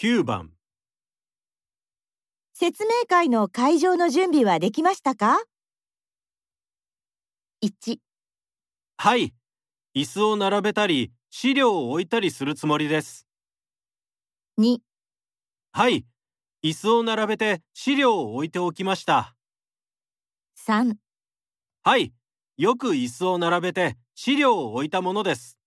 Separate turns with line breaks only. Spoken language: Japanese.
9番
説明会の会場の準備はできましたか ?1、
はい椅子を並べたり資料を置いたりするつもりです
2、
はい椅子を並べて資料を置いておきました
3
はいよく椅子を並べて資料を置いたものです